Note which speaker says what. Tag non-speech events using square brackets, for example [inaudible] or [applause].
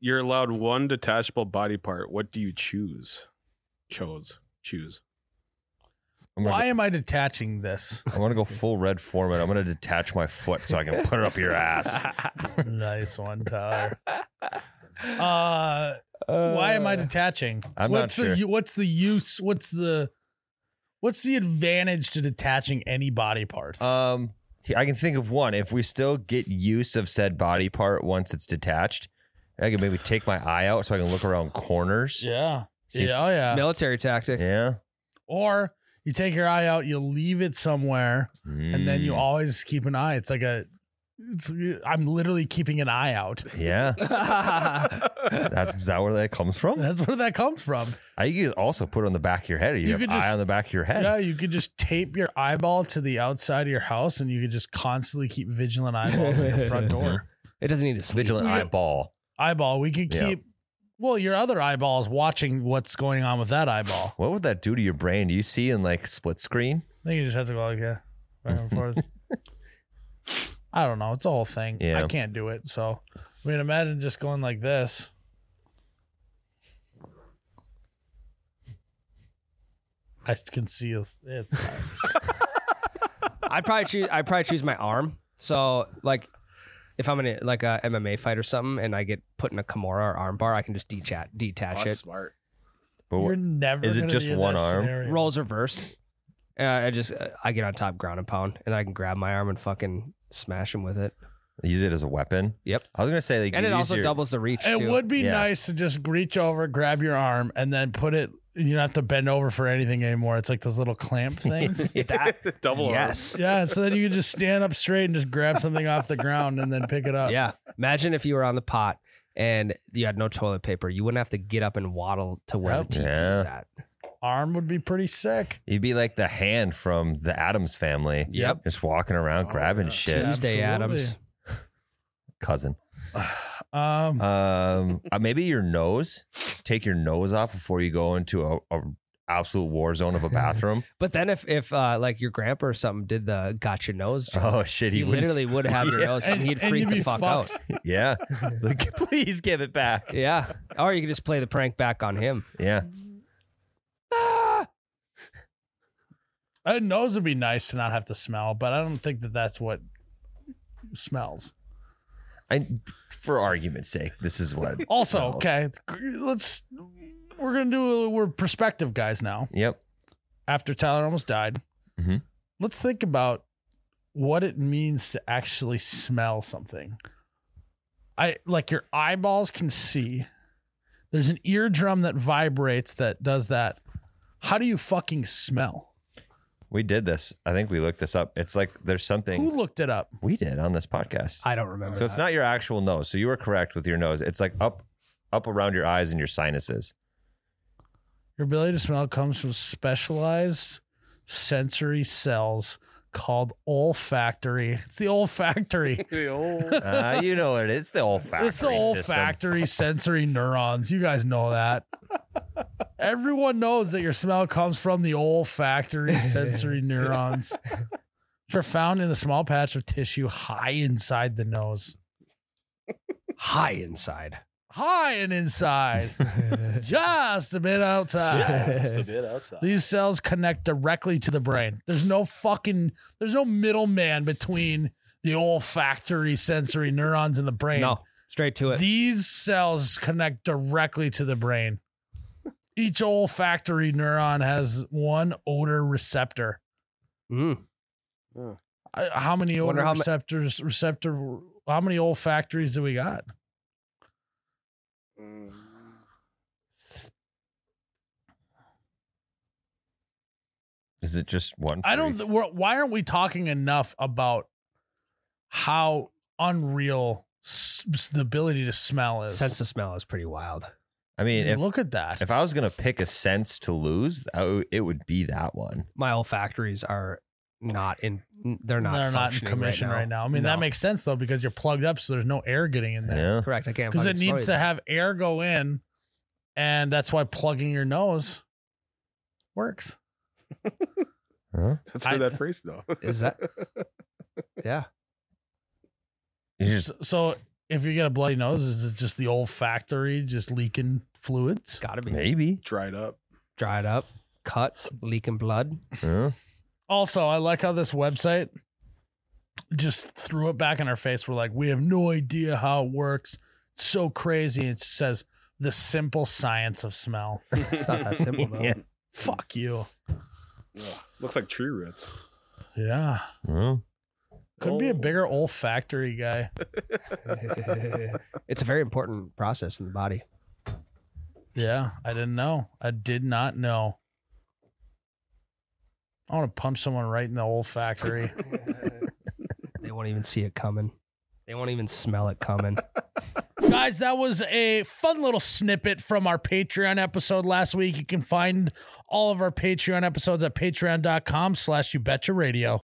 Speaker 1: you're allowed one detachable body part. What do you choose? Chose. Choose.
Speaker 2: I'm gonna
Speaker 3: Why am I detaching this?
Speaker 2: go, I want to go full red foreman. I'm going to detach my foot so I can put it up your
Speaker 3: [laughs]
Speaker 2: ass.
Speaker 3: nice
Speaker 2: [laughs]
Speaker 3: one, Tyler. Uh, why am I detaching?
Speaker 2: I'm not
Speaker 3: what's
Speaker 2: sure.
Speaker 3: the u- what's the use? What's the what's the advantage to detaching any body part?
Speaker 2: Um, he- I can think of one. If we still get use of said body part once it's detached, I can maybe take my eye out so I can look around corners.
Speaker 3: yeah.
Speaker 2: See if-
Speaker 3: Yeah, oh yeah.
Speaker 4: [laughs] Military tactic.
Speaker 2: Yeah.
Speaker 3: Or you take your eye out, you leave it somewhere, and then you
Speaker 2: Mm.
Speaker 3: always keep an eye. It's like a it's I'm literally keeping an eye
Speaker 2: [laughs]
Speaker 3: out. [laughs]
Speaker 2: Yeah.
Speaker 4: That's
Speaker 2: That's is that where that comes from?
Speaker 3: That's where that comes from.
Speaker 2: I you could also put it on the back of your head. You,
Speaker 3: You
Speaker 2: have
Speaker 3: could
Speaker 2: eye
Speaker 3: just-
Speaker 2: on the back of your head.
Speaker 3: Yeah, you could just tape your eyeball to the outside of your house and you could just constantly keep vigilant eyeballs at
Speaker 2: [laughs]
Speaker 3: your front door.
Speaker 4: [laughs] It doesn't need to sleep.
Speaker 2: Vigilant eyeball.
Speaker 3: eyeball. We could
Speaker 2: Yeah.
Speaker 3: keep well, your other eyeball is watching what's going on with that eyeball.
Speaker 2: What would that do to your brain? Do you see in like split screen?
Speaker 3: I think you just have to go like yeah, back and
Speaker 2: [laughs]
Speaker 3: forth. I don't know. It's a whole thing.
Speaker 2: Yeah.
Speaker 3: I can't do it. So I mean imagine just going like this. I can see it's it's
Speaker 4: I probably choose. I probably choose my arm. So like, if I'm in a, like a MMA fight or something, and I get put in a Kimura or arm bar, I can just detach detach
Speaker 1: that's
Speaker 4: it.
Speaker 1: smart.
Speaker 2: But
Speaker 3: you're
Speaker 2: what,
Speaker 3: never
Speaker 2: is it
Speaker 3: gonna
Speaker 2: just
Speaker 3: be in
Speaker 2: one
Speaker 3: that
Speaker 2: arm?
Speaker 3: scenario.
Speaker 4: Rolls reversed. Uh, I just uh, I get on top, ground and pound, and I can grab my arm and fucking smash him with it.
Speaker 2: use it as a weapon.
Speaker 4: Yep.
Speaker 2: I was gonna say like
Speaker 4: And
Speaker 2: you use
Speaker 4: it also
Speaker 2: your- [laughs]
Speaker 3: [laughs]
Speaker 4: doubles the reach.
Speaker 3: It
Speaker 4: too.
Speaker 3: would be
Speaker 2: Yeah.
Speaker 3: nice to just reach over, grab your arm, and then put it. You don't have to bend over for anything anymore. It's like those
Speaker 2: [laughs]
Speaker 3: little clamp things.
Speaker 1: [laughs] Double arm.
Speaker 4: Ah, Yes.
Speaker 3: yeah, so then you can just stand up straight and just grab something off the ground and then pick it up.
Speaker 4: Yeah. Imagine if you were on the pot and you had no toilet paper. You wouldn't have to get up and waddle to where
Speaker 3: Yep.
Speaker 4: the TV is
Speaker 2: Yeah.
Speaker 4: at.
Speaker 3: Arm would be pretty sick.
Speaker 2: You'd be like the hand from the Adams family.
Speaker 4: Yep.
Speaker 2: Just walking around
Speaker 1: Oh,
Speaker 2: grabbing
Speaker 1: yeah.
Speaker 2: shit.
Speaker 3: Yeah.
Speaker 4: Tuesday
Speaker 3: Absolutely.
Speaker 4: Adams.
Speaker 2: Cousin.
Speaker 3: Um,
Speaker 2: Um, uh, maybe your nose. Take your nose off before you go into a, a absolute war zone of a
Speaker 4: [laughs]
Speaker 2: bathroom.
Speaker 4: But then if if uh, like your grandpa or something did the got your nose joke,
Speaker 2: oh shit, he
Speaker 4: you
Speaker 2: would.
Speaker 4: literally would have
Speaker 2: [laughs]
Speaker 4: your
Speaker 2: Yeah.
Speaker 4: nose and he'd
Speaker 3: and
Speaker 4: freak
Speaker 3: you'd
Speaker 4: the
Speaker 3: be
Speaker 4: fuck
Speaker 3: fucked.
Speaker 4: out.
Speaker 2: [laughs]
Speaker 4: [laughs]
Speaker 2: Yeah. Like, please give it back.
Speaker 4: Yeah. Or you could just play the prank back on him.
Speaker 2: Yeah.
Speaker 3: a nose would be nice to not have to smell, but I don't think that that's what smells.
Speaker 2: I for argument's sake, this is what.
Speaker 3: Also,
Speaker 2: smells.
Speaker 3: okay, let's. We're gonna do. A, we're perspective guys now.
Speaker 2: Yep.
Speaker 3: after Tyler almost died,
Speaker 2: Mhm.
Speaker 3: let's think about what it means to actually smell something. I like your eyeballs can see. There's an eardrum that vibrates that does that. How do you fucking smell?
Speaker 2: We did this. I think we looked this up. It's like there's something
Speaker 3: Who looked it up?
Speaker 2: we did on this podcast.
Speaker 4: I don't remember.
Speaker 2: so it's
Speaker 4: that.
Speaker 2: not your actual nose. So you were correct with your nose. It's like up up around your eyes and your sinuses.
Speaker 3: Your ability to smell comes from specialized sensory cells called olfactory. It's the olfactory.
Speaker 1: oh.
Speaker 4: [laughs]
Speaker 2: Uh, you know it. It's the olfactory
Speaker 3: It's the olfactory sensory neurons. You guys know that. Everyone knows that your smell comes from the olfactory sensory neurons, which are found in the small patch of tissue high inside the nose,
Speaker 4: high inside.
Speaker 3: high and inside, [laughs] just a bit outside.
Speaker 1: a bit outside.
Speaker 3: These cells connect directly to the brain. There's no fucking, there's no middleman between the olfactory sensory neurons and the brain.
Speaker 4: No, straight to it.
Speaker 3: These cells connect directly to the brain. Each olfactory neuron has one odor receptor.
Speaker 4: Mm.
Speaker 3: I- How many
Speaker 4: Wonder
Speaker 3: odor
Speaker 4: how ma-
Speaker 3: receptors? receptor. How many olfactories do we got?
Speaker 2: Is it just one?
Speaker 3: I
Speaker 2: for
Speaker 3: don't.
Speaker 2: each?
Speaker 3: Th- we're, why aren't we talking enough about how unreal s- s- the ability to smell is?
Speaker 4: Sense of smell is pretty wild.
Speaker 2: I mean, if
Speaker 3: Look at that.
Speaker 2: if I was gonna pick a sense to lose, I w- it would be that one.
Speaker 4: My olfactories are not in. They're not.
Speaker 3: They're not in
Speaker 4: functioning
Speaker 3: commission right now. I mean, that
Speaker 4: No.
Speaker 3: makes sense though because you're plugged up, so there's no air getting in there.
Speaker 2: Yeah.
Speaker 4: correct. I can't
Speaker 3: because it
Speaker 4: fucking
Speaker 3: needs
Speaker 4: smell
Speaker 3: to have air go in, and that's why plugging your nose works.
Speaker 2: Huh?
Speaker 1: That's where
Speaker 3: I-
Speaker 1: that phrase though.
Speaker 4: either. Is that? Yeah.
Speaker 2: You just
Speaker 3: So, so if you get a bloody nose, is it just the olfactory just leaking fluids?
Speaker 4: Gotta
Speaker 1: [laughs]
Speaker 4: be
Speaker 2: Maybe.
Speaker 1: [laughs] dried up.
Speaker 4: dried up, cut, leaking blood.
Speaker 2: Huh?
Speaker 3: Also, I like how this website just threw it back in our face. We're like, we have no idea how it works. It's so crazy. It says the simple science of smell.
Speaker 4: It's not
Speaker 1: [laughs]
Speaker 4: that simple
Speaker 2: [laughs]
Speaker 4: though.
Speaker 2: Yeah.
Speaker 3: Fuck you.
Speaker 1: Ugh, looks like tree roots.
Speaker 3: Yeah.
Speaker 2: Well,
Speaker 3: Could be a
Speaker 1: Oh.
Speaker 3: bigger olfactory guy.
Speaker 4: it's a very important process in the body.
Speaker 3: Yeah, I didn't know. I did not know. I want to punch someone right in the olfactory.
Speaker 4: They won't even see it coming. They won't even smell it coming.
Speaker 3: Guys, that was a fun little snippet from our Patreon episode last week. You can find all of our Patreon episodes at patreon.com slash you betcha radio.